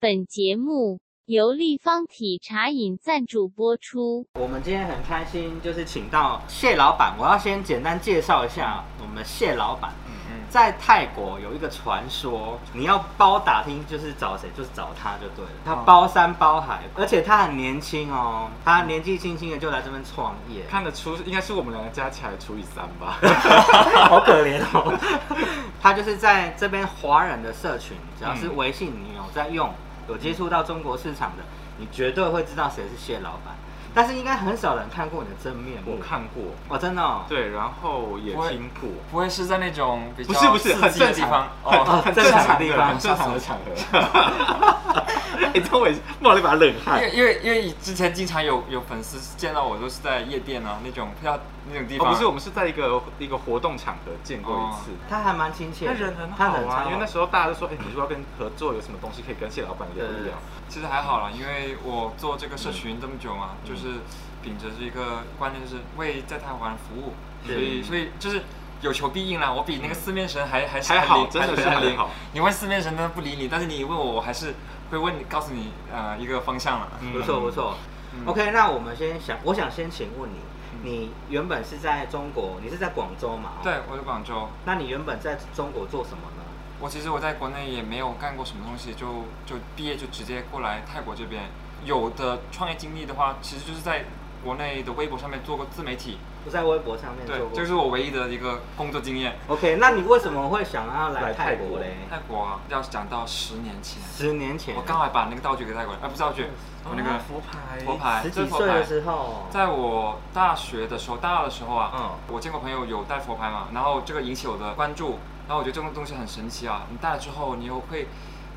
本节目由立方体茶饮赞助播出。我们今天很开心，就是请到谢老板。我要先简单介绍一下我们谢老板。在泰国有一个传说，你要包打听就是找谁，就是找他就对了。他包山包海，而且他很年轻哦，他年纪轻轻的就来这边创业，看得出，应该是我们两个加起来除以三吧。 好可怜哦。他就是在这边华人的社群，只要是微信你有在用，有接触到中国市场的，你绝对会知道谁是谢老板。但是应该很少人看过你的真面目。我看过，哦，真的、哦。对，然后也我也听过，不会是在那种比较不是不是刺很激的正场常，哦，很很正正常常的地的方很正常的场合。 哎，张伟，冒了一把冷汗因为因为因为之前经常有有粉丝见到我都是在夜店啊那种票那种地哦，方，不是，我们是在一个一个活动场合见过一次。他还蛮亲切哦他的，人很他好人超啊，因为那时候大家都说，哎，你如果要跟合作，有什么东西可以跟谢老板聊一聊？其实还好啦，因为我做这个社群这么久嘛，就是秉着这一个观念，就是为在台湾服务，所以所以就是。有求必应啦，我比那个四面神还还是还好很灵真的还是很很灵好。你问四面神，他不理你，但是你问我，我还是会问你，告诉你呃一个方向了。不错不错。嗯 OK，那我们先想，我想先请问你，你原本是在中国，你是在广州嘛？。对，我在广州，那你原本在中国做什么呢？我其实我在国内也没有干过什么东西，就就毕业就直接过来泰国这边。有的创业经历的话，其实就是在国内的微博上面做过自媒体，我在微博上面对做，过。这是我唯一的一个工作经验。 OK，那你为什么会想要来来泰泰国国嘞？泰国啊要讲到十年前，十年前，啊我刚好还把那个道具给泰国人，啊不是道具，我那个佛牌，佛牌，哦哎十这几是佛岁的牌。时候，在我大学的时候，大二的时候啊，嗯我见过朋友有带佛牌嘛，然后这个引起我的关注，然后我觉得这种东西很神奇啊，你戴了之后，你又会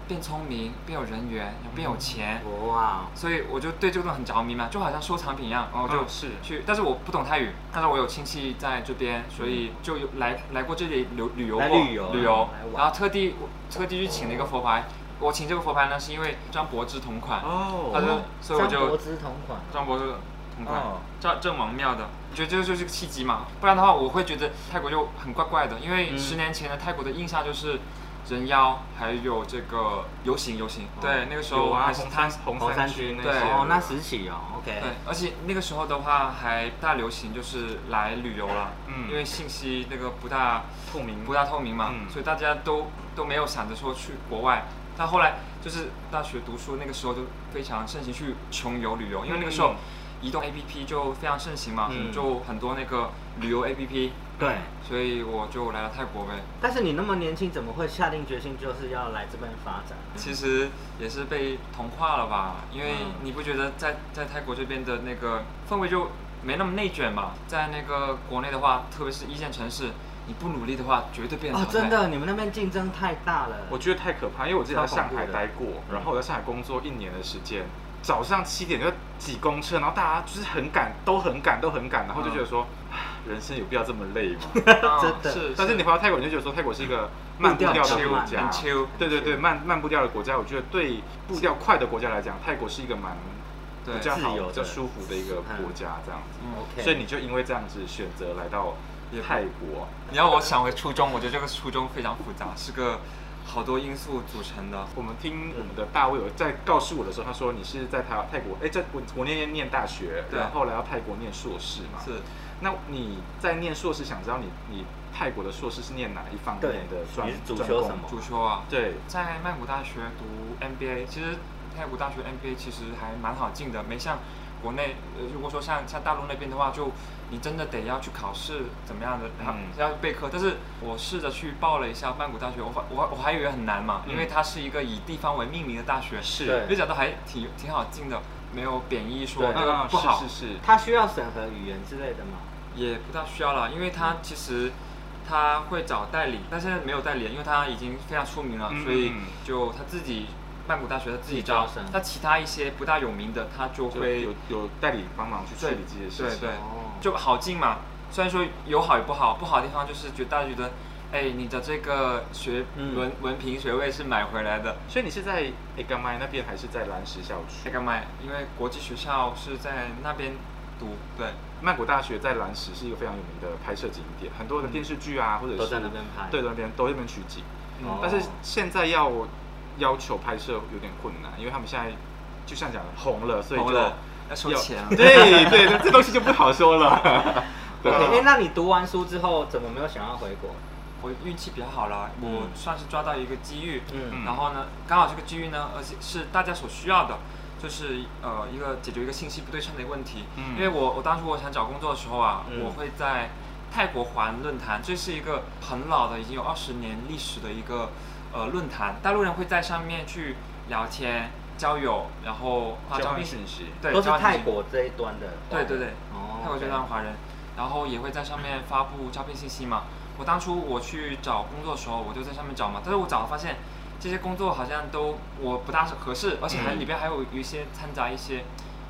变聪明，变有人缘，变有钱，哇，所以我就对这个东西很着迷嘛，就好像收藏品一样，然后我就嗯是去，但是我不懂泰语，但是我有亲戚在这边，所以就有来来过这里旅旅游来过，旅游来玩然后特地我特地去请了一个佛牌，我请这个佛牌呢是因为张柏芝同款，他就哦，所以我张柏就芝同款，张柏芝同款哦，郑郑王庙的，觉得这就是个契机嘛，不然的话我会觉得泰国就很怪怪的，因为嗯十年前的泰国的印象就是。人妖，还有这个游行，游行，对，那个时候有啊，还是红他山红红山山区区那对些的，哦，那时期哦，OK，对，而且那个时候的话还大流行就是来旅游了，嗯因为信息那个不大透明不大透明嘛，嗯所以大家都都没有想着说去国外。但后来就是大学读书那个时候就非常盛行去穷游旅游，因为那个时候嗯移动 APP 就非常盛行嘛，嗯就很多那个旅游 APP，对。所以我就来了泰国呗。但是你那么年轻，怎么会下定决心就是要来这边发展？其实也是被同化了吧，因为嗯你不觉得在在泰国这边的那个氛围就没那么内卷嘛？在那个国内的话，特别是一线城市，你不努力的话，绝对被人哦淘，汰。真，的，你们那边竞争太大了。我觉得太可怕，因为我之前在上海待过恐怖，的然后我在上海工作一年的时间，早上七点就挤公车，然后大家就是很赶，都很赶，都很赶，然后就觉得说，唉人生有必要这么累吗？ 真的嗯是，但是你回到泰国，你就觉得说泰国是一个慢步调步调的比较国慢家很 chill，，对对对，慢慢步调的国家，我觉得对步调快的国家来讲，泰国是一个蛮对比较自好、由的比较舒服的一个国家，这样子。嗯 OK，所以你就因为这样子选择来到也不泰国，你要我想回初中，我觉得这个初中非常复杂，是个好多因素组成的。我们听我们的大卫有在告诉我的时候，他说你是在台泰国，哎，在我我那边念大学，对然后来到泰国念硕士嘛。是，那你在念硕士，想知道你你泰国的硕士是念哪一方对面的专你是主专修攻什么主修啊，对，在曼谷大学读 MBA，其实泰国大学 MBA 其实还蛮好进的，没像国内，呃，如果说像像大陆那边的话，就你真的得要去考试怎么样的，然后嗯要备课。但是我试着去报了一下曼谷大学，我发我我还以为很难嘛，嗯因为它是一个以地方为命名的大学，对没想到还挺挺好进的，没有贬义说对这哦个啊不好是，是是，他需要审核语言之类的吗？也不大需要了，因为他其实他会找代理，但现在没有代理，因为他已经非常出名了，嗯所以就他自己曼谷大学他自己招自己招生，他其他一些不大有名的他就就会有有代理帮忙去处对理这些事情。对对哦，就好进嘛。虽然说有好有不好，不好的地方就是觉得大家觉得，哎，你的这个学嗯文、文凭学位是买回来的，所以你是在 a g a m a 那边，还是在蓝石校哎区？干嘛？因为国际学校是在那边读，对，曼谷大学在蓝石是一个非常有名的拍摄景点，很嗯多的电视剧啊，或者是都在那边拍对，那边都在那边取景。嗯哦但是现在要要求拍摄有点困难，因为他们现在就像讲的红了，所以就红了要收要钱啊 对对，那这东西就不好说 了。对啊 OK，哎，那你读完书之后怎么没有想要回国？我运气比较好啦，嗯我算是抓到一个机遇，嗯然后呢，刚好这个机遇呢，而且是大家所需要的，就是呃一个解决一个信息不对称的问题。嗯因为我我当时我想找工作的时候啊，嗯我会在泰国环论坛，这是一个很老的，已经有二十年历史的一个呃论坛，大陆人会在上面去聊天、交友，然后发交招换聘讯息，对，都是交换信息泰国这一端的。对对对，哦泰国这 OK 段华人，然后也会在上面发布招聘信息嘛。我当初我去找工作的时候，我就在上面找嘛，但是我找了发现这些工作好像都我不大是合适，而且还嗯里边还有一些掺杂一些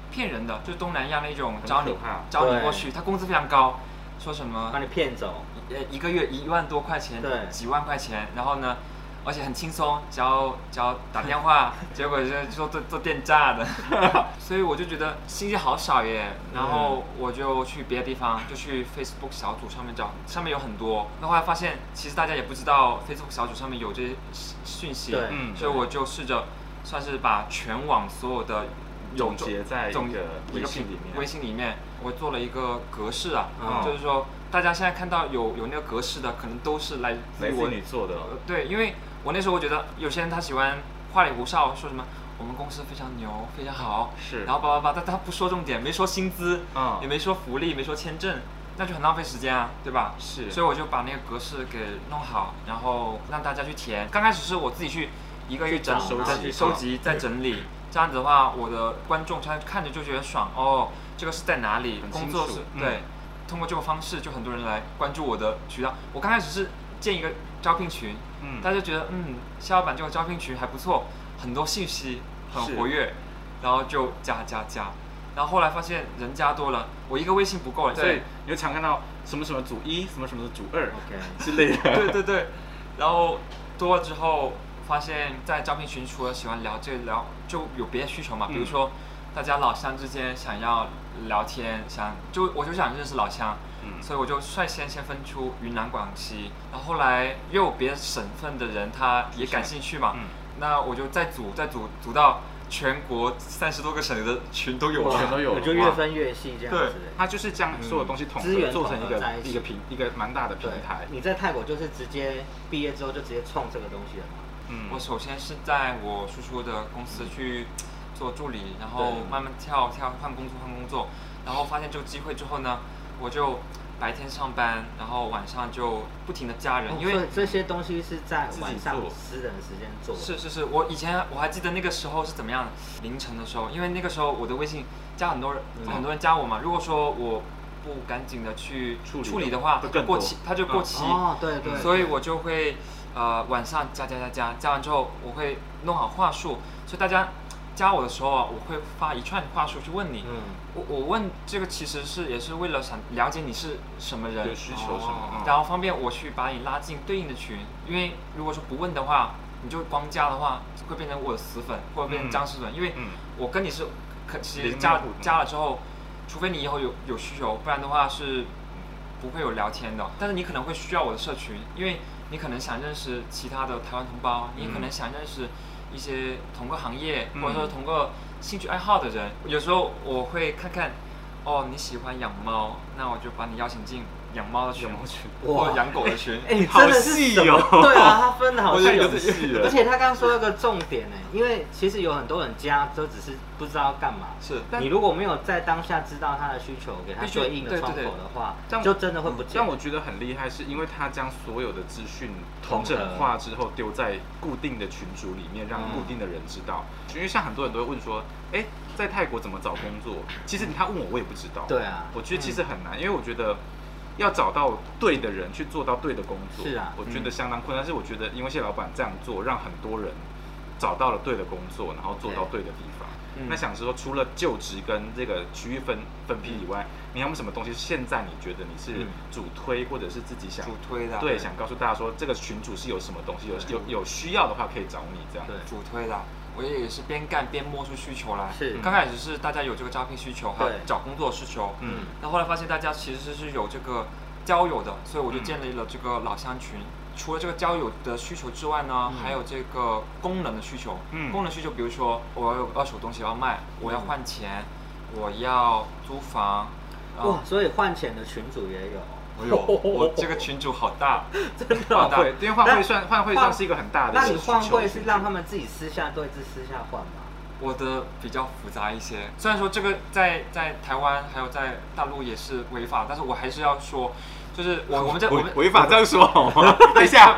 骗人的，就是东南亚那种很招可你怕招你对过去，他工资非常高，说什么把你骗走。呃一个月一万多块钱，对几万块钱，然后呢，而且很轻松，只要只要打电话，结果就是说做做电诈的，所以我就觉得信息好少耶。然后我就去别的地方，就去 Facebook 小组上面找，上面有很多。那后来发现，其实大家也不知道 Facebook 小组上面有这些讯息，对嗯所以我就试着算是把全网所有的有总结在一个总微信里面微信里面，我做了一个格式啊，嗯就是说大家现在看到有有那个格式的，可能都是来自来于自我你做的呃对，因为我那时候我觉得有些人他喜欢花里胡哨，说什么我们公司非常牛，非常好，是然后叭叭叭，但他不说重点，没说薪资，嗯也没说福利，没说签证，那就很浪费时间啊，对吧？是所以我就把那个格式给弄好，然后让大家去填。刚开始是我自己去一个一个整去找再去收集，再整理。这样子的话，我的观众他看着就觉得爽哦，这个是在哪里很工清作楚是、嗯对。通过这个方式，就很多人来关注我的渠道。我刚开始是建一个招聘群，嗯大家觉得嗯，夏老板这个招聘群还不错，很多信息，是很活跃，然后就加加加，然后后来发现人加多了，我一个微信不够了，所以对你就常看到什么什么组一，什么什么组二 OK，之类的。对对对，然后多了之后发现，在招聘群除了喜欢聊这个聊，就有别的需求嘛，比如嗯说大家老乡之间想要聊天，想就我就想认识老乡， 嗯所以我就率先先分出云南、广西，然后后来又有别的省份的人他也感兴趣嘛，嗯那我就再组再组组到全国三十多个省的群都有哇全了。都有我就越分越细这样子。它就是将所有东西嗯统资合源做成一统合在个一起一个平一个蛮大的平对台，。你在泰国就是直接毕业之后就直接冲这个东西了吗？嗯我首先是在我叔叔的公司去做助理，然后对慢慢跳跳换工作换工作，然后发现这个机会之后呢，我就白天上班，然后晚上就不停的加人，哦因为所以这些东西是在自己晚上做私人时间做的。是是是，我以前我还记得那个时候是怎么样，凌晨的时候，因为那个时候我的微信加很多人，嗯很多人加我嘛。如果说我不赶紧的去处理的的话会，更过多期它就过期，哦，对对。所以我就会呃晚上加加加加，加完之后我会弄好话术，所以大家加我的时候啊，我会发一串话术去问你。嗯，我我问这个其实是也是为了想了解你是什么人有，需求什么哦，嗯然后方便我去把你拉进对应的群，因为如果说不问的话，你就光加的话，会变成我的死粉，或者变成僵尸粉，因为嗯我跟你是可其实零加互动加了之后，除非你以后有有需求，不然的话是不会有聊天的。但是你可能会需要我的社群，因为你可能想认识其他的台湾同胞，你可能想认识一些同个行业、嗯或者说同个兴趣爱好的人。有时候我会看看，哦，你喜欢养猫，那我就把你邀请进养猫的群，养猫群或哇者养狗的群。哎，你好真的是细什么 哦对啊，他分的好我细觉得哦有。戏而了。且他刚刚说了个重点呢，因为其实有很多人加都只是不知道干嘛。是，但你如果没有在当下知道他的需求，给他必须对应的对对窗口对的话这，样就真的会不见但。我觉得很厉害，是因为他将所有的资讯统统合整化之后，丢在固定的群组里面，让嗯固定的人知道。因为像很多人都会问说，哎，在泰国怎么找工作？其实他问我，我也不知道。对，啊，我觉得其实很难，因为我觉得。要找到对的人去做到对的工作，是啊我觉得相当困难。但是我觉得，因为谢老板这样做，让很多人找到了对的工作，然后做到对的地方。嗯那想说，除了就职跟这个区域分分批以外，你还有没有什么东西？现在你觉得你是嗯主推，或者是自己想主推的，对，想告诉大家说，这个群主是有什么东西，有对有有需要的话可以找你这样。对主推的，啊我也是边干边摸出需求来。是嗯刚开始是大家有这个招聘需求，还嗯有对找工作需求，嗯嗯那后来发现大家其实是有这个交友的，所以我就建立了这个老乡群，除了这个交友的需求之外呢，嗯还有这个功能的需求。嗯功能需求，比如说我有二手东西要卖，嗯我要换钱，我要租房。然后哇，所以换钱的群主也有，哎呦，我这个群主好大，真的换哦。汇，因为换汇算换汇算换是一个很大的那你需求换会是让他们自己私下对自私下换吗？我的比较复杂一些。虽然说这个在在台湾还有在大陆也是违法，但是我还是要说，就是我我们 在我违们违法这样说好吗？ 等一 下，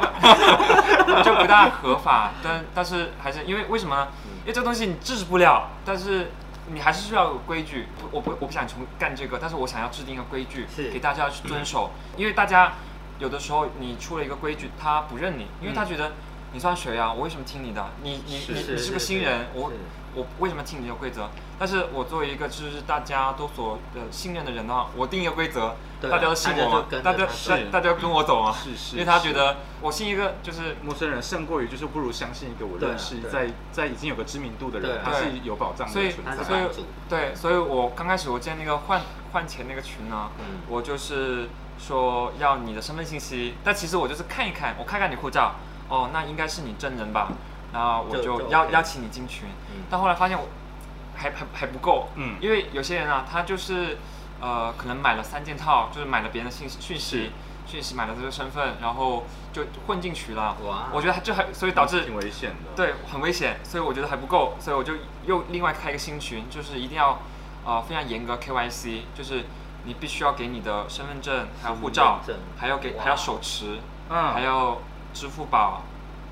就不大合法，但但是还是因为为什么呢？嗯因为这东西你制止不了，但是你还是需要有规矩。我不我不想从干这个，但是我想要制定一个规矩是给大家去遵守，因为大家有的时候你出了一个规矩，他不认你，因为他觉得你算谁啊？我为什么听你的？你你是你是你是个新人，我是我为什么听你的规则？但是我作为一个就是大家都所呃信任的人的话，我定一个规则，对啊大家都信我嘛，大大家家就跟着他大是大家跟我走啊，是是因为他是觉得我信一个就是陌生人胜过于就是不如相信一个我认识对啊对在在已经有个知名度的对人，啊他是有保障的所以存他是在所。以版主对，所以我刚开始我建那个换换钱那个群呢，嗯我就是说要你的身份信息，但其实我就是看一看，我看看你护照，哦，那应该是你真人吧，然后我就就就邀 OK 邀请你进群，嗯但后来发现我还还还不够，嗯因为有些人啊，他就是呃，可能买了三件套，就是买了别人的信息讯息。讯息买了这个身份，然后就混进去了。哇我觉得他这还所以导致挺危险的。，对，很危险，所以我觉得还不够，所以我就又另外开一个新群，就是一定要呃非常严格 KYC，就是你必须要给你的身份证，还有护照身份证，还要给哇还要手持，嗯还要支付宝，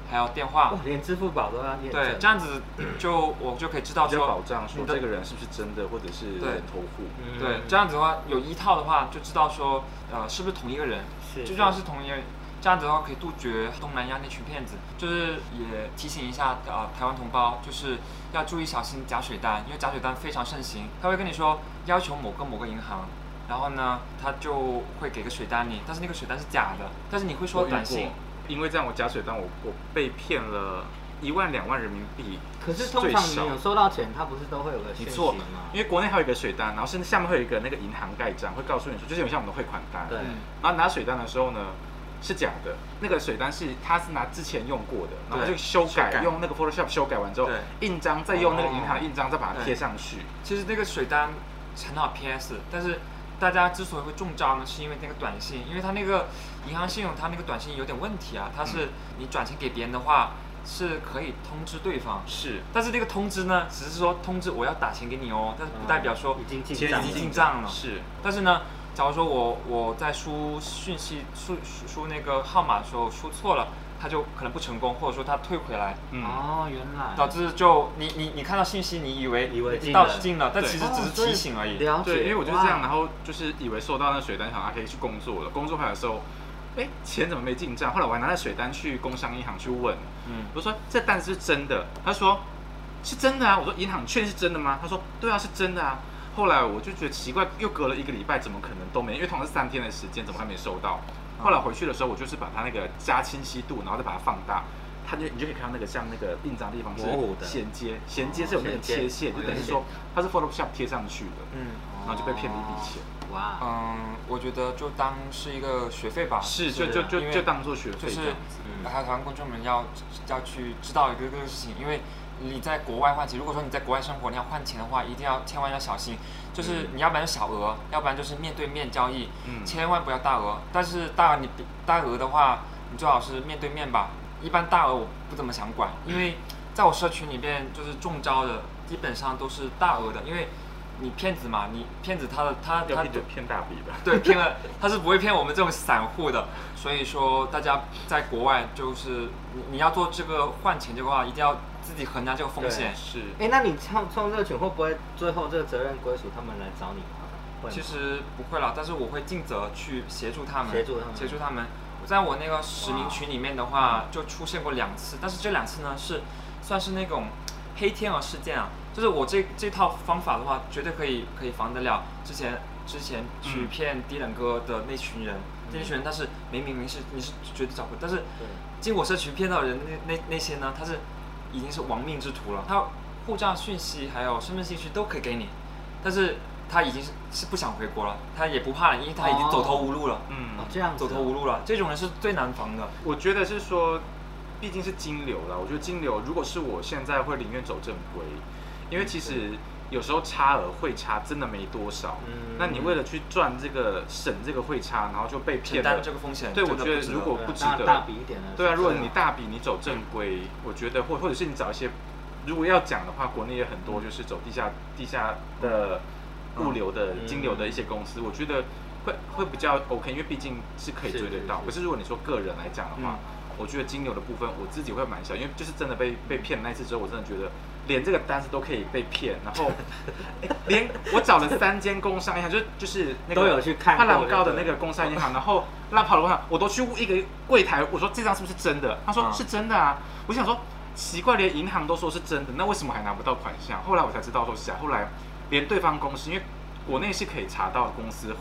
还有电话哇，，连支付宝都要验证，对，这样子就我就可以知道比较保说，障说你的这个人是不是真的，或者是对人头户。嗯对，这样子的话有一套的话就知道说呃是不是同一个人，是就算是同一个人。这样子的话，可以杜绝东南亚那群骗子。就是也提醒一下呃台湾同胞，就是要注意小心假水单，因为假水单非常盛行。他会跟你说要求某个某个银行，然后呢，他就会给个水单你，但是那个水单是假的，但是你会我说遇短信过，因为这样我假水单，我我被骗了一万两万人民币。可是通最常少你有收到钱，他不是都会有个你讯息错吗？，啊因为国内还有一个水单，然后甚至下面会有一个那个银行盖章，会告诉你说，就是有点像我们的汇款单。对嗯然后拿水单的时候呢，是假的，那个水单是他是拿之前用过的，然后他就修改修改用那个 Photoshop 修改完之后对，印章再用那个银哦行印章再把它贴上去。其实那个水单很好 PS，但是大家之所以会中招呢，是因为那个短信，因为它那个银行信用它那个短信有点问题啊，它是你转钱给别人的话是可以通知对方，是，但是这个通知呢，只是说通知我要打钱给你哦，但是啊不代表说嗯已经进钱账已经了进账了。是，但是呢，假如说我我在输讯息输输输那个号码的时候输错了，它就可能不成功，或者说它退回来，嗯，哦，原来导致就你你你看到信息，你以为以为进到了进了，但对其实只是哦所以提醒而已。了解，对，因为我就是这样，哇然后就是以为收到那水单，想啊可以去工作了，工作回来的时候，哎，钱怎么没进账？后来我还拿那水单去工商银行去问，嗯，我说这单子是真的，他说是真的啊，我说银行确定是真的吗？他说对啊，是真的啊。后来我就觉得奇怪，又隔了一个礼拜，怎么可能都没？因为同样是三天的时间，怎么还没收到？后来回去的时候，我就是把它那个加清晰度，然后再把它放大，它就你就可以看到那个像那个印章的地方是模糊的哦衔接，衔接是有那个衔接切线，就等于说它是 Photoshop 贴上去的，嗯然后就被骗了一笔钱。哇，嗯，我觉得就当是一个学费吧，是，是就就啊哦因就为就当做学就费这是样子。嗯还有台湾观众们要要去知道一个这个事情，因为你在国外换钱，如果说你在国外生活，你要换钱的话，一定要千万要小心，就是你要不然就小额，要不然就是面对面交易，嗯千万不要大额。但是大额你大额的话，你最好是面对面吧。一般大额我不怎么想管，因为在我社群里面就是中招的，基本上都是大额的，因为你骗子嘛，你骗子他的他他要骗就骗大笔的。对，骗了，他是不会骗我们这种散户的。所以说，大家在国外就是你你要做这个换钱这个话，一定要自己衡量这个风险。是，哎，那你创创这个群会不会最后这个责任归属他们来找你吗？会吗其实不会啦，但是我会尽责去协助他们，协助他们协助他们。在我那个实名群里面的话，就出现过两次，但是这两次呢是算是那种黑天鹅事件啊，就是我这这套方法的话，绝对可以可以防得了之前之前去嗯骗低冷哥的那群人，嗯那群人但是明明明是你是绝对找不，但是对经过社群骗到的人那那那些呢，他是已经是亡命之徒了，他护照讯息还有身份信息都可以给你，但是他已经是是不想回国了，他也不怕了，因为他已经走投无路了，嗯哦，这样子哦走投无路了。这种人是最难防的。我觉得是说，毕竟是金流啦。我觉得金流，如果是我现在会宁愿走正规，因为嗯其实有时候差额汇差真的没多少。嗯那你为了去赚这个省这个汇差，然后就被承骗担了这。个风险，对真的我觉得值如得果对啊不值当然得大笔一点的，对啊，如果是你大笔你走正规，我觉得或或者是你找一些，如果要讲的话，国内也很多就是走地下地下的物流的、嗯金流的一些公司，我觉得会会比较 OK，因为毕竟是可以是追得是到。是嗯可是如果你说个人来讲的话，我觉得金流的部分我自己会蛮小，因为就是真的被被骗那一次之后，我真的觉得。连这个单子都可以被骗，然 后哎连我找了三间工商银行，就就是那个都有去看帕过朗高的那个工商银行，然后拉跑的工行，我都去一个柜台，我说这张是不是真的？他说嗯是真的啊。我想说奇怪，连银行都说是真的，那为什么还拿不到款项？后来我才知道说是假。后来连对方公司，因为国内是可以查到公司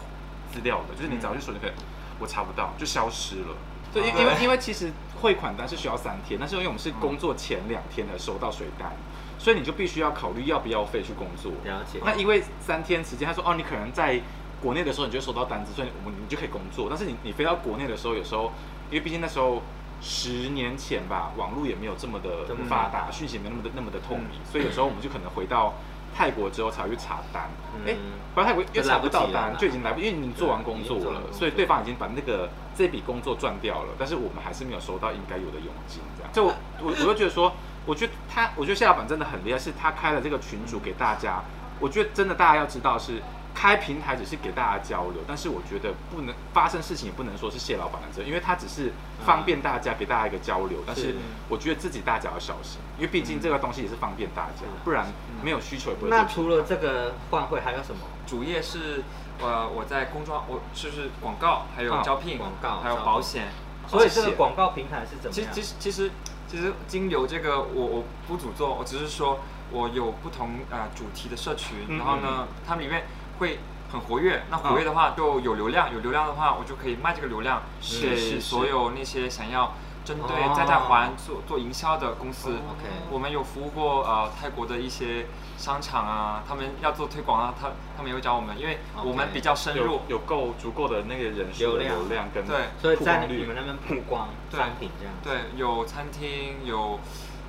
资料的，就是你只要去说就可以，我查不到就消失了。对，因因为因为其实汇款单是需要三天，但是因为我们是工作前两天才收到水单，所以你就必须要考虑要不要费去工作。了解，那因为三天时间，他说哦，你可能在国内的时候你就会收到单子，所以我们你就可以工作。但是你你飞到国内的时候，有时候因为毕竟那时候十年前吧，网络也没有这么的这么发达，讯息没那么的那么的透嗯明，所以有时候我们就可能回到泰国之后才会去查单。嗯哎、回到泰国又查不到就来不及了单，啦就已经来不，因为你做完工对已经作做了完，工作所以对方已经把那个这笔工作赚掉了，但是我们还是没有收到应该有的佣金，这样。就我我我就觉得说，我觉得他，我觉得谢老板真的很厉害，是他开了这个群组给大家，我觉得真的大家要知道是。开平台只是给大家交流，但是我觉得不能发生事情，也不能说是谢老板的责任，因为他只是方便大家，给大家一个交流。但是是嗯我觉得自己大家要小心，因为毕竟这个东西也是方便大家，不然没有需求也不会做那出来。除了这个换汇还有什么？主业是呃我在工装，我就是广告，还有啊招聘，广告还有招聘保险。哦所以这保个险广告平台是怎么其实样？其实其实其实金流这个我我不主做，我只是说我有不同呃主题的社嗯嗯群，然后呢，他们里面会很活跃。那活跃的话就有流量，有流量的话我就可以卖这个流量是是给是所有那些想要针哦对在泰环做做营销的公司。哦 OK 我们有服务过呃泰国的一些商场啊，他们要做推广啊，他他们也会找我们，因为 OK 我们比较深入有。有够足够的那个人数流的量流量跟对所以曝在光率你们那边曝光对商品这样。对，有餐厅，有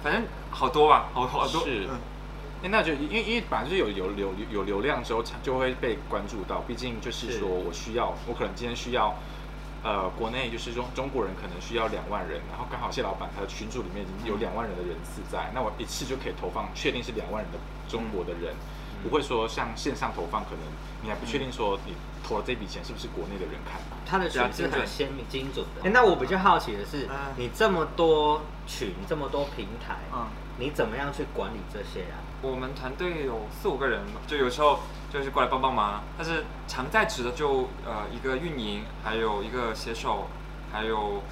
反正好多吧，好好多。是。哦诶那就因为因为本来就是有有流有流量之后，就会被关注到。毕竟就是是说我需要，我可能今天需要，呃，国内就是中中国人可能需要两万人，然后刚好谢老板他的群组里面已经有两万人的人次在，那我一次就可以投放，确定是两万人的中国的人，不会说像线上投放，可能你还不确定说你投了这笔钱是不是国内的人看到。它的群比较是精很准鲜明啊精准的。哎、那我比较好奇的是，嗯你这么多群，这么多平台，嗯，你怎么样去管理这些啊？我们团队有四五个人，就有时候就是过来帮帮忙，但是常在职的就呃一个运营，还有一个写手，还有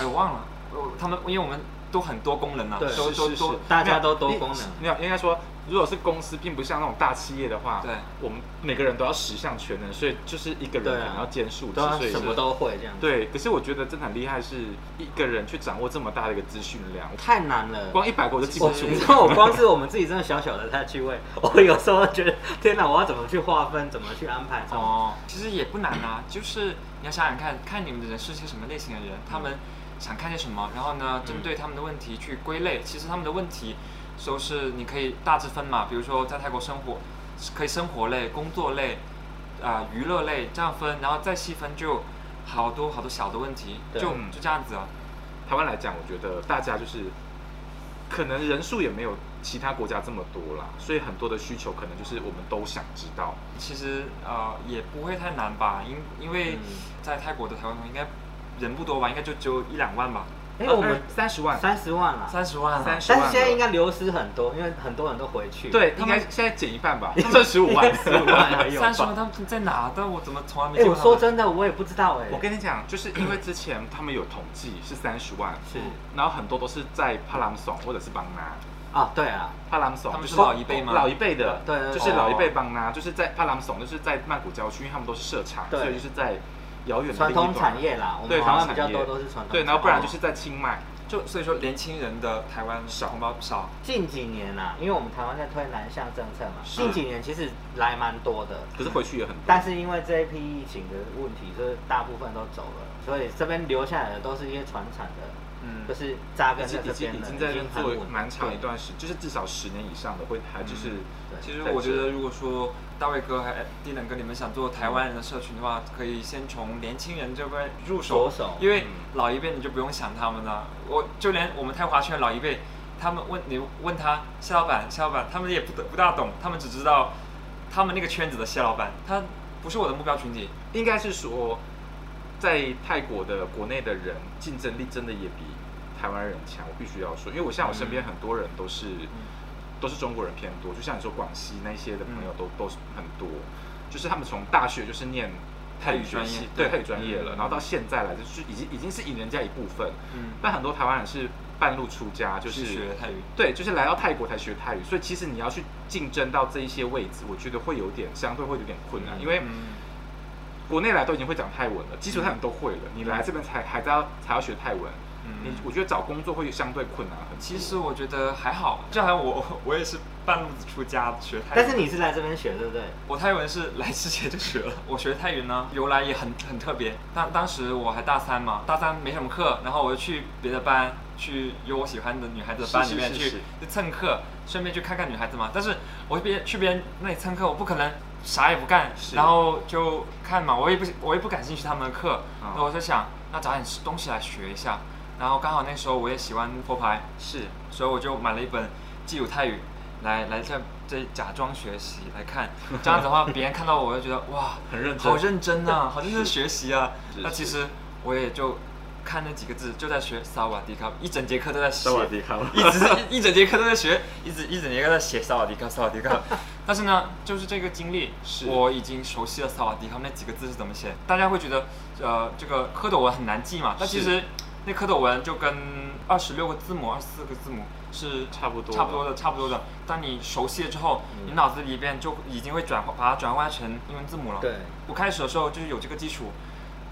哎我忘了，我他们因为我们都很多功能啊，对都是都是都是大家都多功能。没有，应该说，如果是公司，并不像那种大企业的话，对，我们每个人都要十项全能，所以就是一个人对啊可能要兼数职，都要所以什么是都会这样子，对。可是我觉得真的很厉害，是一个人去掌握这么大的一个资讯量，太难了。光一百个我都记我 不住。你知道，我光是我们自己这个小小的太趣 味，我有时候觉得天哪，我要怎么去划分，怎么去安排？这种哦，其实也不难啊，就是你要想想看，看你们的人是些什么类型的人，他们想看些什么，然后呢，针对他们的问题去归类。其实他们的问题都是你可以大致分嘛，比如说在泰国生活，可以生活类、工作类、啊、娱乐类这样分，然后再细分就好多好多小的问题，就对嗯就这样子啊。台湾来讲，我觉得大家就是可能人数也没有其他国家这么多啦，所以很多的需求可能就是我们都想知道。其实呃也不会太难吧，因因为嗯在泰国的台湾人应该人不多吧，应该就只有一两万吧，哎、我们啊三十万，三十万啦，三十万、啊，三十但万是现了在应该流失很多，因为很多人都回去。对，应他们该现在减一 半吧，剩十五万，十五万还有吧三十万他们在哪？但我怎么从来没哎、见我过他们？说真的，我也不知道哎、我跟你讲，就是因为之前他们有统计是三十万，是然后很多都是在帕朗怂或者是邦拿。啊，对啊，帕朗怂他就们是是老一辈吗老一辈的，对对对就是老一辈邦拿，就是在帕朗怂，就是在曼谷郊区，因为他们都是设厂，对所以就是在遥远的传另一端统产业啦，我哦对们台湾比传统较产业多都是传统产业。对，然后不然就是在清迈，就所以说年轻人的台湾少红包少，近几年啊，因为我们台湾在推南向政策嘛，是近几年其实来蛮多的，可是回去也很多。但是因为这一批疫情的问题，就是大部分都走了，所以这边留下来的都是一些传产的，嗯就，是扎根已在这经已经边已的，经在这边做很稳蛮长一段时，就是至少十年以上的，会还就是对其实我觉得，如果说大卫哥还低能哥你们想做台湾人的社群的话，可以先从年轻人这边入手，着手嗯因为老一辈你就不用想他们了。我就连我们泰华圈的老一辈，他们问你问他谢老板，谢老板，他们也不不大懂，他们只知道他们那个圈子的谢老板，他不是我的目标群体。应该是说，在泰国的国内的人竞争力真的也比台湾人强，我必须要说，因为我像我身嗯边很多人都是、都是中国人偏多，就像你说广西那些的嗯朋友都、都是很多，就是他们从大学就是念。泰泰语语学专业系，对对泰语专业了，嗯然后到现在来就是已经已经是赢人家一部分，嗯，但很多台湾人是半路出家，就去是学泰语。对，就是来到泰国才学泰语，所以其实你要去竞争到这一些位置，我觉得会有点相对会有点困难，因为嗯，国内来都已经会讲泰文了，基础泰文都会了，你来这边才还在要才要学泰文，嗯你我觉得找工作会相对困难很多。其实我觉得还好，就好像我 我也是半路子出家学泰语，但是你是来这边学，对不对？我泰文是来之前就学了， 我学泰语呢由来也很很特别。当当时我还大三嘛，大三没什么课，然后我就去别的班，去有我喜欢的女孩子的班是里是面是去是去蹭课，顺便去看看女孩子嘛。但是我别去别人那里蹭课，我不可能啥也不干，是然后就看嘛，我也不我也不感兴趣他们的课，嗯那、我就想那找点东西来学一下。然后刚好那时候我也喜欢佛牌，是所以我就买了一本基础泰语来来这这假装学习来 看，这样子的话，别人看到我就觉得哇，很认真好认真 啊，好认真学习啊是。那其实我也就看那几个字，就在学萨瓦迪卡，一整节课都在学。萨瓦迪卡一直一一整节课都在学，一直一整节课在写萨瓦迪卡萨瓦迪卡。但是呢，就是这个经历，是我已经熟悉了萨瓦迪卡那几个字是怎么写。大家会觉得，呃，这个蝌蚪文很难记嘛？但是其实那蝌蚪文就跟二十六个字母、二十四个字母是差不 多的差不多的，差不多的。当你熟悉了之后，嗯你脑子里边就已经会转化，把它转化成英文字母了。对，我开始的时候就是有这个基础，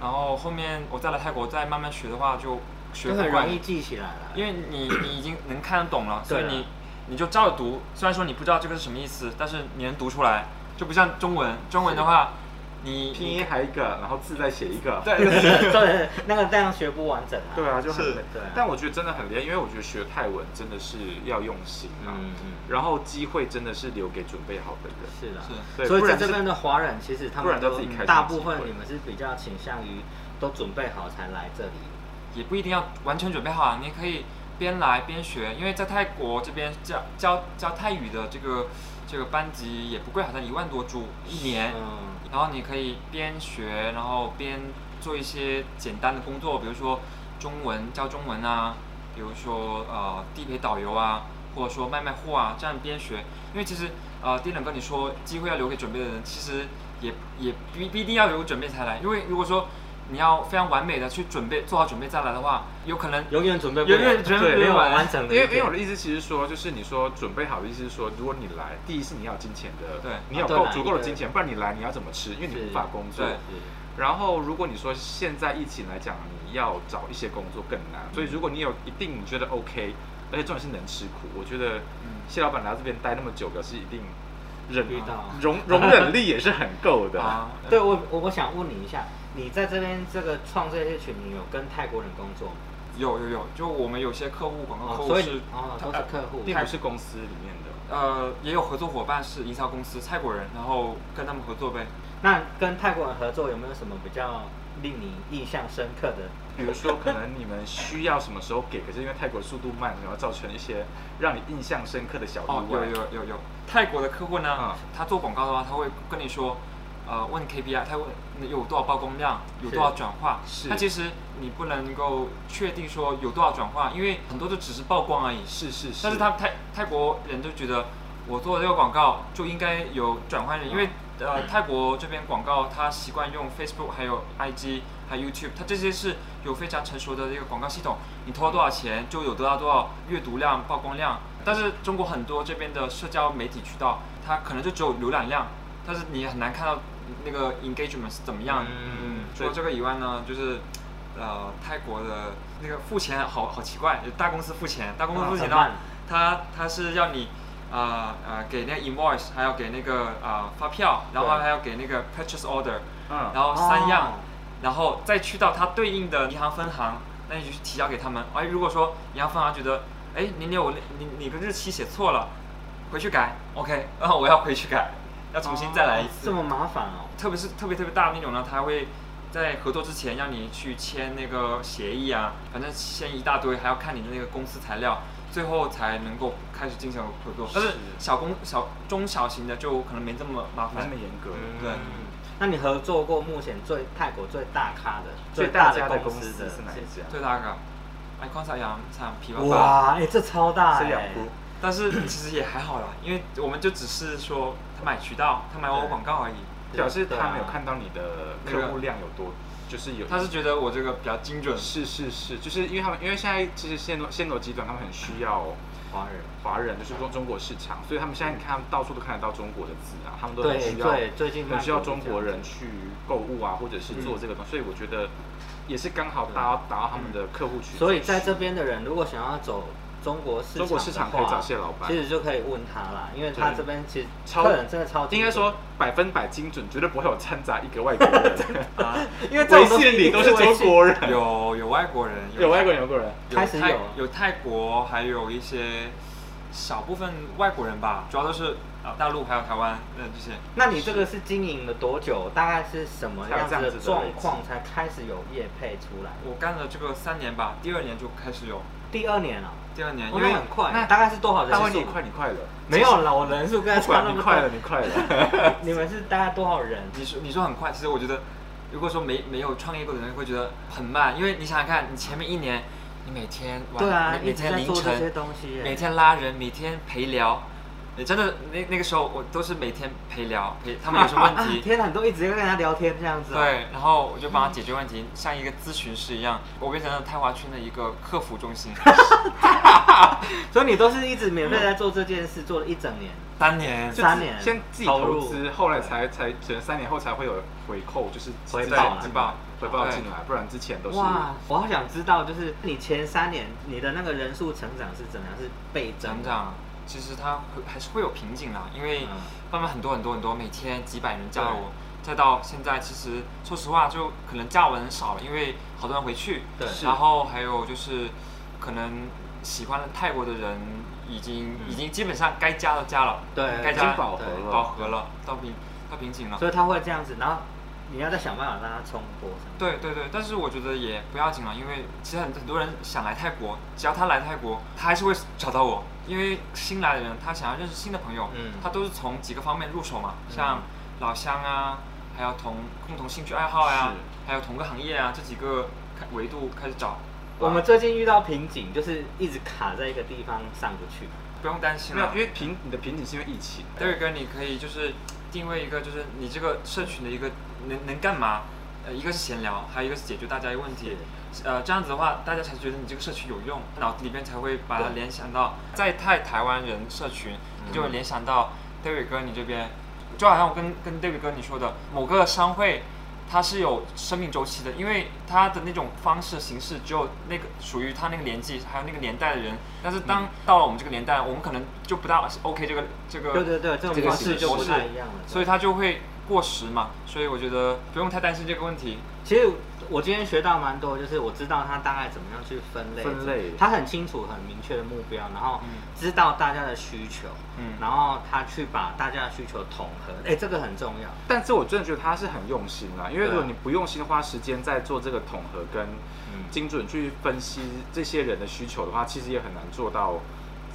然后后面我再来泰国再慢慢学的话，就学就不很惯容易记起来了。因为你你已经能看得懂了，所以对啊你你就照着读。虽然说你不知道这个是什么意思，但是你能读出来，就不像中文。中文的话，你拼你音还一个，然后字再写一个。对啊对 对对，那个这样学不完整啊。对啊，就很是累对啊但我觉得真的很厉害，因为我觉得学泰文真的是要用心啊，嗯嗯，然后机会真的是留给准备好的人。是的。 是对，所以不在然这是边的华人，其实他不们然就都自己开创大机部分会你们是比较倾向于都准备好才来这里。也不一定要完全准备好啊，你也可以边来边学，因为在泰国这边教教教泰语的这个这个班级也不贵，好像一万多铢一年。嗯，然后你可以边学，然后边做一些简单的工作，比如说中文教中文啊，比如说呃地陪导游啊，或者说卖卖货啊，这样边学。因为其实呃，丁冷跟你说，机会要留给准备的人，其实也也不不一定要有准备才来，因为如果说你要非常完美的去准备，做好准备再来的话，有可能永远准备不了，永远准备对不没有完完。整的因一为天。因为我的意思其实说，就是你说准备好的意思是说，如果你来，第一是你要有金钱的，对你有啊对够啦足够的对金钱，不然你来你要怎么吃？因为你是无法工作。对是然后如果你说现在疫情来讲，你要找一些工作更难，所以如果你有一定你觉得 OK，而且重点是能吃苦，我觉得嗯谢老板来这边待那么久，表示一定忍遇到容 容忍力也是很够的。啊，对我我我想问你一下，你在这边这个创这些群，你有跟泰国人工作吗？有有有，就我们有些客户广告客户所是以哦都是客户，并不是公司里面的。呃，也有合作伙伴是营销公司，泰国人，然后跟他们合作呗。那跟泰国人合作有没有什么比较令你印象深刻的？比如说，可能你们需要什么时候给，可是因为泰国速度慢，然后造成一些让你印象深刻的小哦，意有外。有有有，泰国的客户呢，嗯他做广告的话，他会跟你说，呃，问 KPI，他问你有多少曝光量，有是多少转化。是那其实你不能够确定说有多少转化，因为很多就只是曝光而已。是是是，但是他泰泰国人就觉得我做这个广告就应该有转换人，嗯因为呃泰国这边广告他习惯用 Facebook 还有 IG 还有 YouTube，它这些是有非常成熟的一个广告系统，你投了多少钱就有得到多少阅读量、曝光量。但是中国很多这边的社交媒体渠道，它可能就只有浏览量，但是你很难看到那个 engagement 是怎么样。嗯除了这个以外呢，就是呃泰国的那个付钱好好奇怪，大公司付钱，大公司啊付钱很的话慢，他他是要你啊呃给那个 invoice，还要给那个啊发票，然后对还要给那个 purchase order，嗯，然后三样，哦然后再去到它对应的银行分行，那你就去提交给他们。哎，如果说银行分行觉得，哎，你你有你你个日期写错了，回去改，OK，然后我要回去改，要重新再来一次。这么麻烦哦。特别是特别特别大的那种呢，他会在合作之前让你去签那个协议啊，反正签一大堆，还要看你的那个公司材料，最后才能够开始进行合作。但是是小公小中小型的就可能没这么麻没烦这么。严格。对嗯那你合作过目前最泰国最大咖的、最大大家的公公司的是哪一家最大个，icon 上洋厂皮包吧。哇，哎、这超大是哎、两部，但是其实也还好啦，因为我们就只是说他买渠道，他买我广告而已。表示对他啊没有看到你的客户量有多，就是有。他是觉得我这个比较精 准，是是是，就是因为他们因为现在其实暹罗暹罗集团他们很需要华人。华人，就是中中国市场，所以他们现在你看到处都看得到中国的字啊，他们都很对需要对，最近很需要中国人。人去购物啊，或者是做这个东西，所以我觉得也是刚好达到达到他们的客户群。所以在这边的人如果想要走中国市场的话，中国市场可以找谢老板其实就可以问他啦，因为他对这边其实超客人真的超级应该说百分百精准，绝对不会有掺杂一个外国人， 啊，因为这微种东西信里都是中国人，有有外国人，有外国人，有外国人。有开始泰有啊了有泰国，还有一些小部分外国人吧，主要都是啊大陆还有台湾嗯这些。那你这个是经营了多久？大概是什么样子才有这样的子的状况才开始有业配出来？我干了这个三年吧，第二年就开始有，第二年啊，第二年哦因那为很快，那大概是多少人大数？卫，你快，你快了，没有啦，我人数 跟他不差管那你么快了，多。你快了。 你们是大概多少人？你说你说很快，其实我觉得，如果说没没有创业过的人会觉得很慢，因为你想想看，你前面一年，你每天晚对啊，每一每直天在凌做这些晨，东西耶。每天拉人，每天陪聊，你真的那那个时候我都是每天陪聊，陪他们有什么问啊题。天哪，你都一直在跟他聊天这样子、啊。对，然后我就帮他解决问题，像一个咨询师一样，嗯我变成了泰华圈的一个客服中 心。对，所以你都是一直免费在做这件事，做了一整年。当年三年先自己投资，后来才才可能三年后才会有回扣，就是回资报啊金进来回报进来，不然之前都是哇，我好想知道，就是你前三年你的那个人数成长是怎样？是倍增成的？长，其实它会还是会有瓶颈啦，因为嗯慢慢很多很多很多，每天几百人加我，再到现在，其实说实话就可能加我的人少了，因为好多人回去，对是然后还有就是可能喜欢泰国的人已经、嗯已经基本上该加都加了，对该已加经饱和对了，饱和了，到瓶到瓶颈了。所以他会这样子，然后你要再想办法让他冲波上。对对对，但是我觉得也不要紧了，因为其实很很多人想来泰国，只要他来泰国，他还是会找到我，因为新来的人他想要认识新的朋友，嗯他都是从几个方面入手嘛，嗯像老乡啊，还有同共同兴趣爱好呀、啊还有同个行业啊这几个开维度开始找，我们最近遇到瓶颈，就是一直卡在一个地方上不去。不用担心没有了，因。为瓶你的瓶颈是因为疫情，戴瑞哥，你可以就是定位一个，就是你这个社群的一个能能干嘛？呃，一个是闲聊，还有一个是解决大家的问题。呃，这样子的话，大家才觉得你这个社群有用，脑子里面才会把它对嗯联想到在泰台湾人社群，你就会联想到戴瑞哥你这边，就好像我跟跟戴瑞哥你说的，某个商会它是有生命周期的，因为它的那种方式形式只有那个属于它那个年纪还有那个年代的人，但是嗯当到了我们这个年代，我们可能就不大 OK 这个这个对对对，这这种个方式形就不式太一样了。所以它就会过时嘛。所以我觉得不用太担心这个问题。其实我今天学到蛮多，就是我知道他大概怎么样去分类，分类他很清楚、很明确的目标，然后嗯知道大家的需求，嗯然后他去把大家的需求统合，哎、这个很重要。但是我真的觉得他是很用心啦，因为如对果啊你不用心花时间在做这个统合跟嗯精准去分析这些人的需求的话，其实也很难做到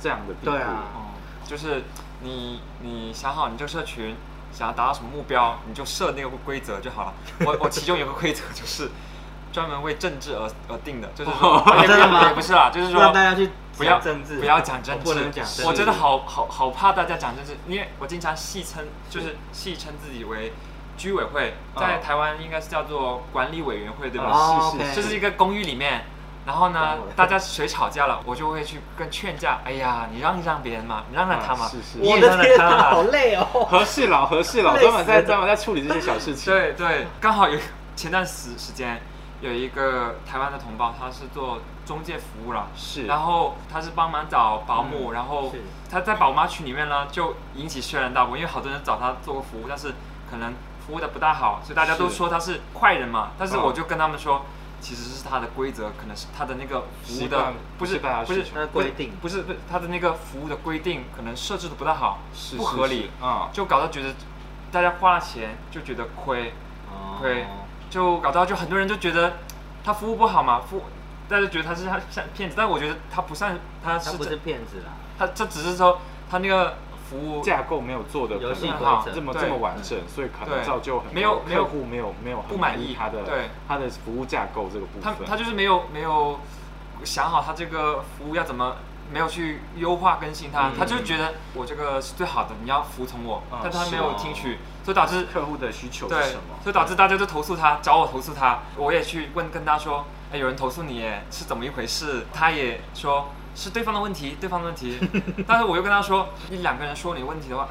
这样的地步。对啊哦，就是你你想好你这个社群想要达到什么目标，你就设那个规则就好了。我我其中有个规则就是专门为政治而而定的，就是说也不哦真的吗也不是啦，就是让大家说。去不要讲政治，不要讲政治，我不能讲政治。我真的好好好怕大家讲政治，因为我经常戏称，就是戏称自己为居委会，在嗯台湾应该是叫做管理委员会，对吧？哦是是 OK 就是一个公寓里面，然后呢懂了，大家谁吵架了，我就会去跟劝架。哎呀，你让一让别人嘛，你让让他嘛，啊是是你我也的让让天他哪，好嘛。累哦。合适老合适老，累死专门在了专门在处理这些小事情。对对，刚好有前段时时间有一个台湾的同胞，他是做中介服务啦，是，嗯然后他是帮忙找保姆，然后是他在宝妈群里面呢就引起轩然大波，因为好多人找他做过服务，但是可能服务的不大好，所以大家都是说他是坏人嘛。但是嗯我就跟他们说，其实是他的规则，可能是他的那个服务习的惯不是习惯不是需求那不是规定不是不是他的那个服务的规定，可能设置的不大好，是不合理，啊，就搞到觉得大家花了钱就觉得亏，哦对就搞到就很多人就觉得他服务不好嘛，服务大家觉得他是他像骗子，但我觉得他不算，他他是不真是骗子啦，他这只是说他那个服务架构没有做的游戏规则这么对这么完整，所以可能对造就很多没有没有客户没有没有很不满意他的对他的服务架构这个部他分，他就是没有没有想好他这个服务要怎么，没有去优化更新它，嗯他就觉得我这个是最好的，你要服从我，嗯但他是没有哦听取，所以导致客户的需求对是什么，？所以导致大家就投诉他，找我投诉他，我也去问跟他说，哎，有人投诉你耶，是怎么一回事？他也说是对方的问题，对方的问题， 但是我又跟他说，你两个人说你问题的话，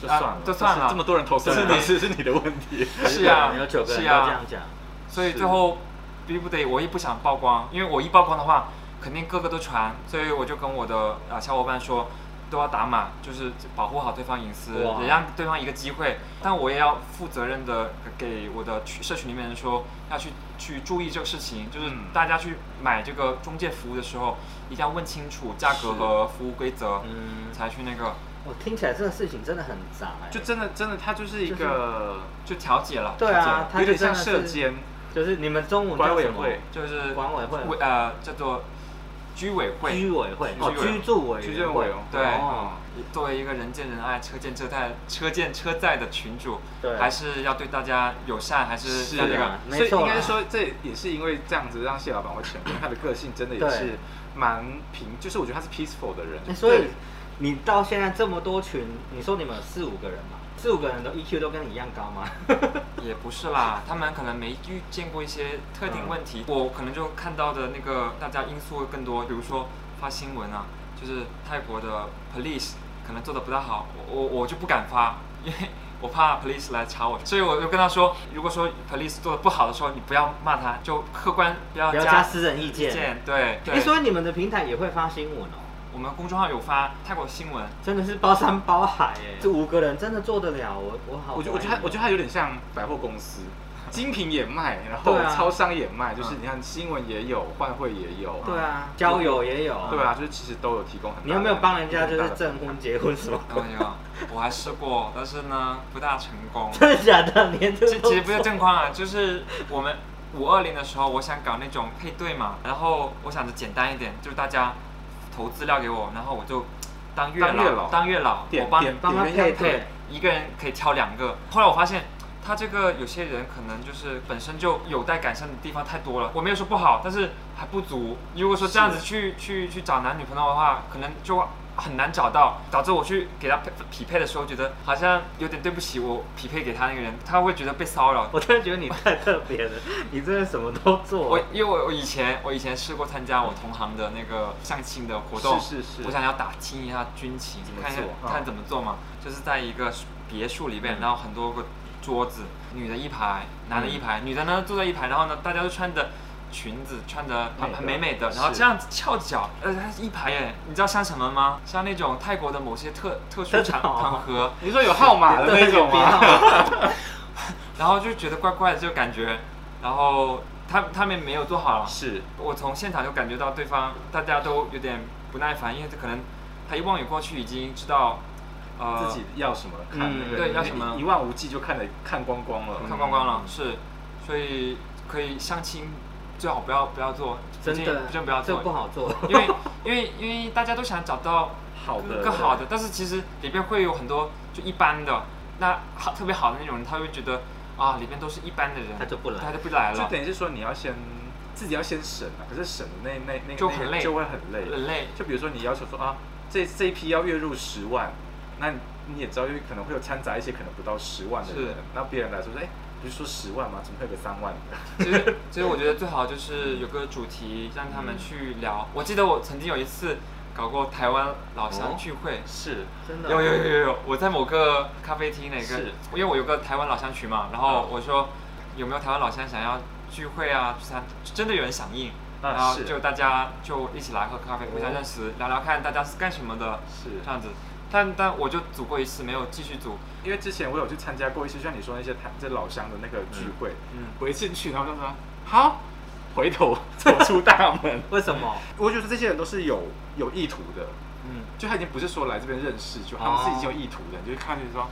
就算了啊，就算了这么多人投诉是你，你是是你的问题，是呀、有有九个人是啊都呀、这样讲，所以是最后逼不得已，我也不想曝光，因为我一曝光的话，肯定各个都传，所以我就跟我的啊小伙伴说，都要打码，就是保护好对方隐私，哇也让对方一个机会。但我也要负责任的给我的群社群里面人说，要去去注意这个事情，就是嗯大家去买这个中介服务的时候，一定要问清楚价格和服务规则，嗯，才去那个我听起来这个事情真的很杂哎，就 真的真的，它就是一个就调解了。对啊，他有就点像真的射是，监，就是你们中午管叫委什么？会，就是管委会委呃叫做居委会。居委会哦，居委会居住委居员委会会，对哦作为一个人见人爱、车见车载、车见车载的群主，对还是要对大家友善，还是是要那啊个。没所以错应啦该说，这也是因为这样子让谢老板会成功，他的个性真的也对是蛮平，就是我觉得他是 peaceful 的人哎，所以对你到现在这么多群，你说你们有四五个人嘛？四五个人的 EQ 都跟你一样高吗？也不是啦，他们可能没遇见过一些特定问题，嗯我可能就看到的那个大家因素会更多，比如说发新闻啊，就是泰国的 police 可能做的不大好，我我我就不敢发，因为我怕 police 来查我，所以我就跟他说，如果说 police 做的不好的时候，你不要骂他，就客观不要不要加私人意见意见，对哎，对。所以你们的平台也会发新闻哦，我们公众号有发泰国新闻，真的是包山包海哎，这五个人真的做得了，我我好怀疑，我觉得我觉得他我觉得他有点像百货公司，精品也卖，然后对啊超商也卖，就是你看新闻也有，换汇也有，对啊，交友也有，对啊，就是其实都有提供很大的。你有没有帮人家就很是大的证婚结婚什么？然后 那个我还试过，但是呢不大成功。真的假的？连这其都其实不是正框啊，就是我们五二零的时候，我想搞那种配对嘛，然后我想着简单一点，就是大家投资料给我，然后我就当月当月老老，当月老，点我帮点帮他点鸳鸯配对对，一个人可以挑两个。后来我发现，他这个有些人可能就是本身就有待改善的地方太多了。我没有说不好，但是还不足。如果说这样子去去去找男女朋友的话，可能就很难找到，导致我去给他匹匹配的时候，觉得好像有点对不起我匹配给他那个人，他会觉得被骚扰。我真的觉得你太特别了，你真的什么都做。我因为我我以前我以前试过参加我同行的那个相亲的活动，是是是我想要打听一下军情，怎么看一下做啊看怎么做嗯嘛，就是在一个别墅里面，然后很多个桌子，女的一排，男的一排，女的呢坐在一排，然后呢大家都穿的。裙子穿的很美的很美美的，然后是这样子翘脚，呃，它是一排耶，你知道像什么吗？像那种泰国的某些特特殊真的场哦场合，你说有号码的那种吗？ 然后就觉得怪怪的这个感觉，然后他他们没有做好，啊是，我从现场就感觉到对方大家都有点不耐烦，因为可能他一望远过去已经知道，呃，自己要什么看那嗯个，对要什么一望无际就看得看光光了，看光光了，是，所以可以相亲最好不要不要做，真的真不要这做，不好做，因为因为因为大家都想找到好的更好的，但是其实里边会有很多就一般的，那好特别好的那种人，他会觉得啊里边都是一般的人，他就不来他就不来就了，等于是说你要先自己要先审啊，可是审的那那那就那个很累就会很累，很累，就比如说你要求说啊，这这一批要月入十万，那你也知道，因为可能会有掺杂一些可能不到十万的是人，那别人来说说，哎，不是说十万吗？怎么会有个三万的？ 其实，其实我觉得最好就是有个主题让他们去聊。我记得我曾经有一次搞过台湾老乡聚会，是真的。有有有有有，我在某个咖啡厅那个哦是，因为我有个台湾老乡群嘛，然后我说有没有台湾老乡想要聚会啊，去参，真的有人响应，那然后啊是哦就大家就一起来喝咖啡，互相认识，聊聊看大家是干什么的，是这样子。但但我就组过一次，没有继续组，因为之前我有去参加过一些像你说那些台这老乡的那个聚会，嗯，我一进去然后就说好，回头 走出大门为什么？ 我觉得这些人都是有有意图的，嗯，就他已经不是说来这边认识，就他们是已经有意图的，你就看就是说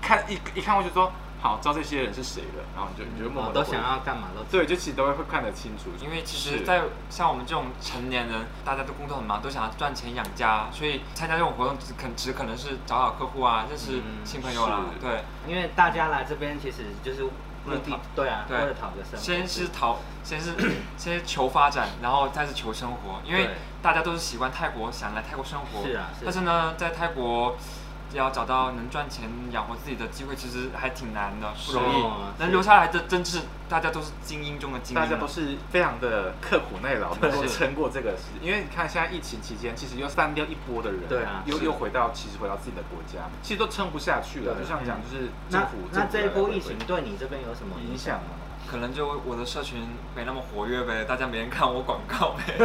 看一一看过去说好，知道这些人是谁了，然后你就你就默我嗯默哦都的想要干嘛都做。对，就其实都会看得清楚，因为其实，是在像我们这种成年人，大家都工作很忙，都想要赚钱养家，所以参加这种活动只可只可能是找找客户啊，认识嗯新朋友啦，是对，因为大家来这边其实就是目为了的，对啊，为对了讨个生活。先是讨，先是先是求发展，然后再是求生活，因为对大家都是习惯泰国，想来泰国生活。是啊是啊但是呢，在泰国要找到能赚钱养活自己的机会，其实还挺难的，不容易。哦能是留下来的，真是大家都是精英中的精英大了。家都是非常的刻苦耐劳，能够是撑过这个时。因为你看现在疫情期间，其实又散掉一波的人，对啊又是又回到其实回到自己的国家，其实都撑不下去对了。啊就像讲，就是那政府那政府这一来来波回疫情对你这边有什么回影影响响吗？吗？可能就我的社群没那么活跃呗，大家没人看我广告 呗。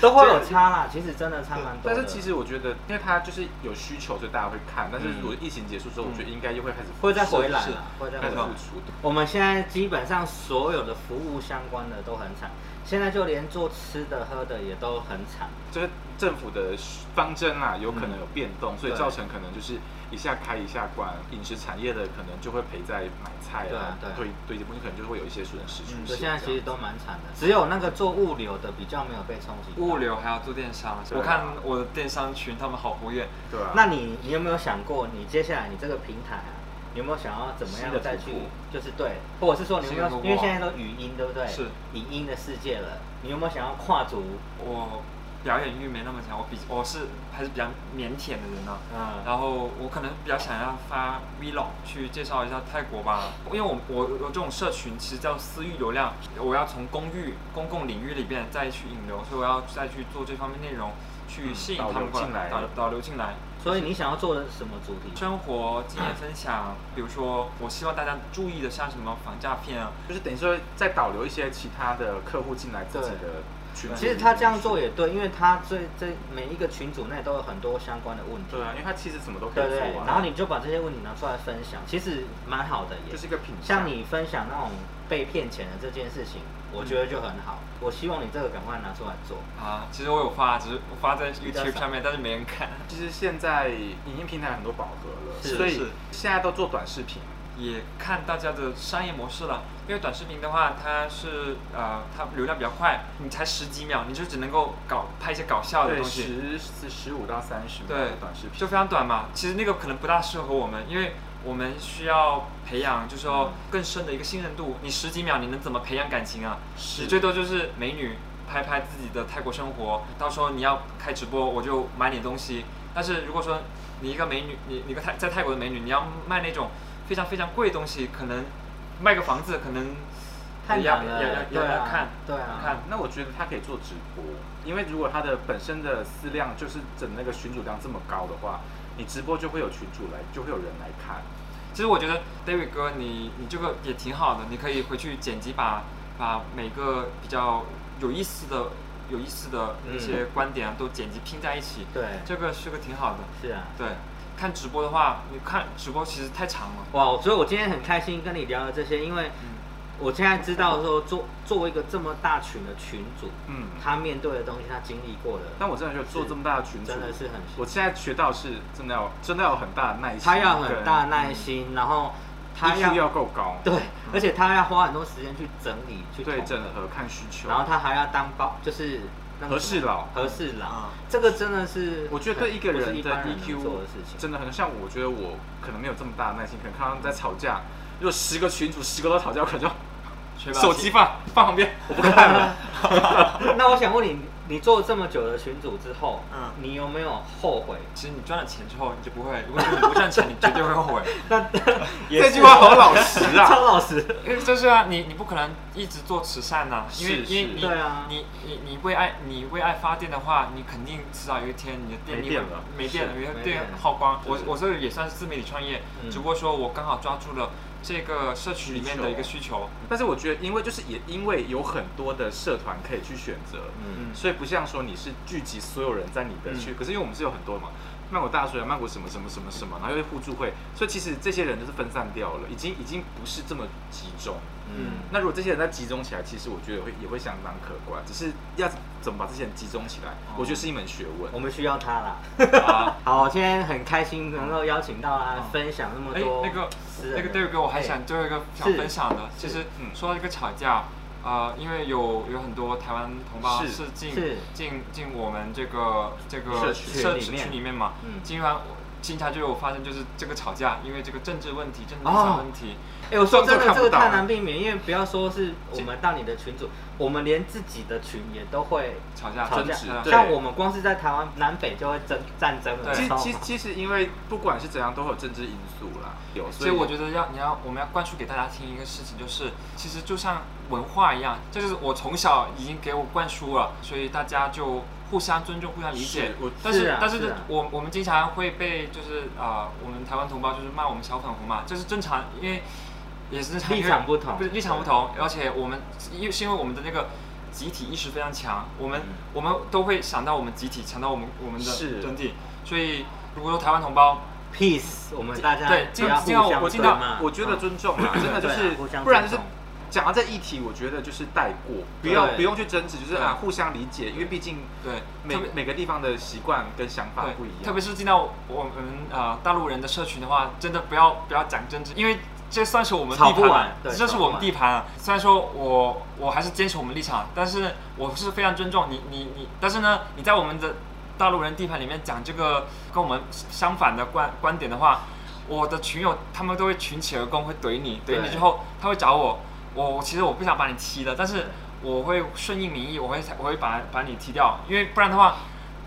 都会有差啦，其实真的差蛮多但的。是其实我觉得，因为它就是有需求，所以大家会看。但是嗯如果疫情结束之后，我觉得应该又会开始会再回来是啦，会再回开始来付。出。我们现在基本上所有的服务相关的都很惨，现在就连做吃的喝的也都很惨。就是政府的方针啦，有可能有变动，所以嗯对造成可能就是一下开一下关，饮食产业的可能就会赔在买菜对啊对啊对对，这部分可能就会有一些损失出嗯所现。以现在其实都蛮惨的，只有那个做物流的比较没有被冲击。物。流还要做电商，对啊我看我的电商群他们好活跃，对啊，那你你有没有想过，你接下来你这个平台啊，你有没有想要怎么样再去新的突破，就是对，或者是说你有没有新的突，破因为啊现在都语音对不对？是影音的世界了，你有没有想要跨足？我表演欲没那么强，我比我是还是比较腼腆的人呢、嗯，啊然后我可能比较想要发 vlog 去介绍一下泰国吧，因为我我我这种社群其实叫私域流量，我要从公域公共领域里边再去引流，所以我要再去做这方面内容，去吸引嗯导他们流过进来导导流进来。所以你想要做的什么主题？生活经验分享，比如说我希望大家注意的，像什么防诈骗啊，就是等于说再导流一些其他的客户进来自己的群组里面去。啊其实他这样做也对，因为他这这每一个群组内都有很多相关的问题，对啊，因为他其实什么都可对以不做对啊。？然后你就把这些问题拿出来分享，其实蛮好的也就是一个品啊相像你分享那种被骗钱的这件事情，我觉得就很好。我希望你这个赶快拿出来做。啊，其实我有发，只是我发在较 YouTube 少上面，但是没人看， 其实现在影音平台很多饱和了，是所是以现在都做短视频。也看大家的商业模式了。因为短视频的话，它是呃，它流量比较快，你才十几秒，你就只能够搞拍一些搞笑的对，东西，十十五到三十秒对的短视频就。非常短嘛。其实那个可能不大适合我们，因为我们需要培养，就是说更深的一个信任度。你十几秒，你能怎么培养感情啊？是你最多就是美女拍拍自己的泰国生活，到时候你要开直播，我就买你东西。但是如果说你一个美女，你你一个泰在泰国的美女，你要卖那种非常非常贵的东西，可能卖个房子可能太也要难了也要也要对啊要看对啊看那我觉得他可以做直播，因为如果他的本身的私量就是整那个群主量这么高的话，你直播就会有群主来，就会有人来看。其实我觉得 David 哥你你这个也挺好的，你可以回去剪辑把把每个比较有意思的有意思的那些嗯观点啊都剪辑拼在一起，对，这个是个挺好的。是啊。对，看直播的话，你看直播其实太长了。哇，所以我今天很开心跟你聊了这些，因为嗯我现在知道说做作为一个这么大群的群主，嗯，他面对的东西，他经历过的，但我真的觉得做这么大的群主，真的是很嗯我现在学到是真的要真的要有很大的耐心，他要很大耐心，然后他要要啊要够高，对，而且他要花很多时间去整理去对统整合看需求，然后他还要当包，就是那个和事佬嗯和事佬啊，这个真的是我觉得对一个不是人一的 E 般能 EQ 做的事情，真的很像，我觉得我可能没有这么大的耐心，可能看他们在吵架，如果十个群主十个都吵架，我可能就学霸手气机放放旁边，我不 看了。那我想问你，你做这么久的群主之后，嗯你有没有后 悔？其实你赚了钱之后，你就不会。如果你不赚钱，你绝对会 后悔。那也这是句话好老实啊 超。老实。因为就是啊，你你不可能一直做慈善呐、因为是因为你是对啊你你你为爱你为爱发电的话，你肯定迟早有一天你的电力没电会了没电了，是因没为电电了耗光。我是我这个也算是自媒体创业嗯，只不过说我刚好抓住了这个社区里面的一个需求。但是我觉得，因为就是也因为有很多的社团可以去选择，嗯，嗯所以不像说你是聚集所有人在你的区，嗯可是因为我们是有很多嘛，曼谷大学、曼谷什么什么什么什么，然后又互助会，所以其实这些人就是分散掉了，已经已经不是这么集中。嗯，那如果这些人再集中起来，其实我觉得会也会相当可观，只是要怎么把这些人集中起来，哦我觉得是一门学问我。们需要他啦。啊， 好，今天很开心能够邀请到哦他分享那么哎，多那个私那人个的，对哥，我还想最后一个想是分享的，其实嗯说到一个吵架，呃，因为有有很多台湾同胞是是进是进进我们这个这社个区社里区面里面嘛，嗯经常经常就有发生就是这个吵架，因为这个政治问题、政治哦立场问题，哎，我说真这的，个看这不个到啊太难避免，因为不要说是我们到你的群组，我们连自己的群也都会吵架吵争架嗯执对啊。对像我们光是在台湾南北就会争战争了，对你知其实道吗其实其实因为不管是怎样，都会有政治因素啦，有，所以我觉得要你要我们要灌输给大家听一个事情，就是其实就像文化一样，这就是我从小已经给我灌输了，所以大家就互相尊重、互相理解是我。但是啊但是是啊我我们经常会被就是啊、呃我们台湾同胞就是骂我们小粉红嘛，这是正常，因为也是正常，立因为场不同不是立场不同，而且我们因为是因为我们的那个。集体意识非常强，我们、嗯我们都会想到我们集体，想到我们我们是的整体，所以如果说台湾同胞 peace，我们大家对不要尽互量相我对尽那量骂。我觉得尊重啦，真的就对是啊互相尊重，不然就是讲到这议题，我觉得就是带过，不要对不用去争执，就是对啊互相理解，因为毕竟对每特别每个地方的习惯跟想法对，不一样，特别是进到我们呃大陆人的社群的话，真的不要不要讲政治，因为这算是我们地吵不盘完啊，对这是我们地盘啊。虽然说我我还是坚持我们立场，但是我是非常尊重你你你，但是呢，你在我们的大陆人地盘里面讲这个跟我们相反的观观点的话，我的群友他们都会群起而攻，会怼你，怼对你之后他会找我，我我其实我不想把你踢了，但是我会顺应民意，我会我会把把你踢掉，因为不然的话。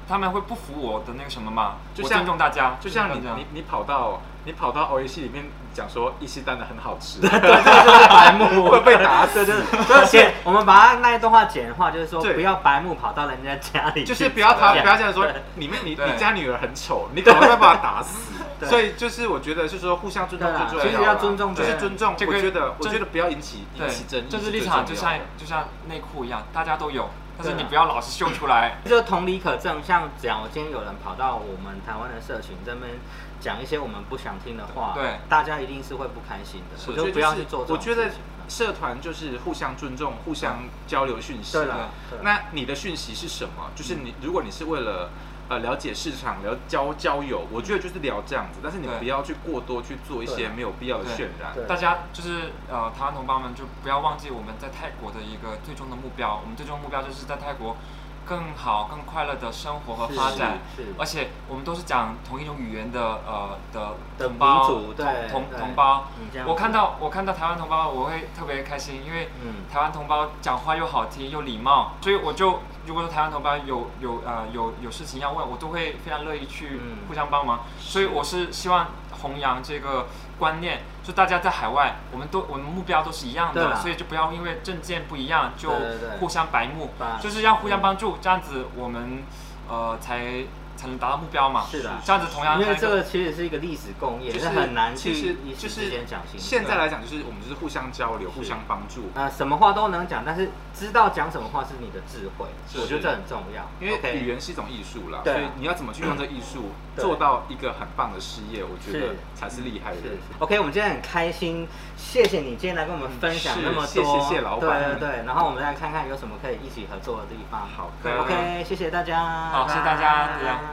他们会不服我的那个什么嘛？就我像尊重大家，就像这你样你你跑到你跑到 O A 系里面讲说伊西丹的很好 吃，白目 会被打死对对对，就是剪，我们把它那一段话简化，就是说对不要白目跑到人家家里去， 就是不要 他这不样要这样说对，你们你对你家女儿很丑，你可能会把她打死 对。所以就是我觉得是说互相尊重对啦啊最重要其啦，实要尊重就是对尊重。这个我觉得我这觉得不要引起引对起争议，政治是立最场就重要像的就像内裤一样，大家都有，但是对啊你不要老是秀出来。就同理可证，像讲我今天有人跑到我们台湾的社群这边讲一些我们不想听的话，对大家一定是会不开心的，我是我觉就得不要去做这种我事觉情得了。社团就是互相尊重、互相交流讯息。对啦嗯对那你的讯息是什么？就是你，如果你是为了呃了解市场、聊交交友，我觉得就是聊这样子，但是你对不要去过多去做一对些没有必要的渲染。对大家就是呃，台湾同胞们就不要忘记我们在泰国的一个最终的目标。我们最终目标就是在泰国更好、更快乐的生活和是发展。是而且我们都是讲同一种语言的呃的的同胞民族同对同对同胞你嗯这样。我看到我看到台湾同胞，我会特别开心，因为嗯台湾同胞讲话又好听又礼貌，所以我就如果说台湾同胞有有呃有有事情要问，我都会非常乐意去嗯互相帮忙。所以我是希望弘扬这个观念，就大家在海外，我们都我们目标都是一样对的，啦所以就不要因为证件不一样就对对嗯对互相白目，把就是要互相帮助，这样子我们呃才才能达到目标嘛。是的这样子同样因为才这能个其实是一个历史共业，就是是很难去其实一就时之是间讲清楚。现在来讲，就是我们就是互相交流、互相帮助。呃，什么话都能讲，但是知道讲什么话是你的智慧，是我觉得这很重要。因为 OK 语言是一种艺术啦，对啊所以你要怎么去用这艺术对做到一个很棒的事业，我觉得是才哎是厉害的是。是 OK，我们今天很开心，谢谢你今天来跟我们分享那么多，嗯是谢谢谢老板对对对，然后我们来看看有什么可以一起合作的地方。好的 OK，谢谢大家，好谢谢大家拜拜大家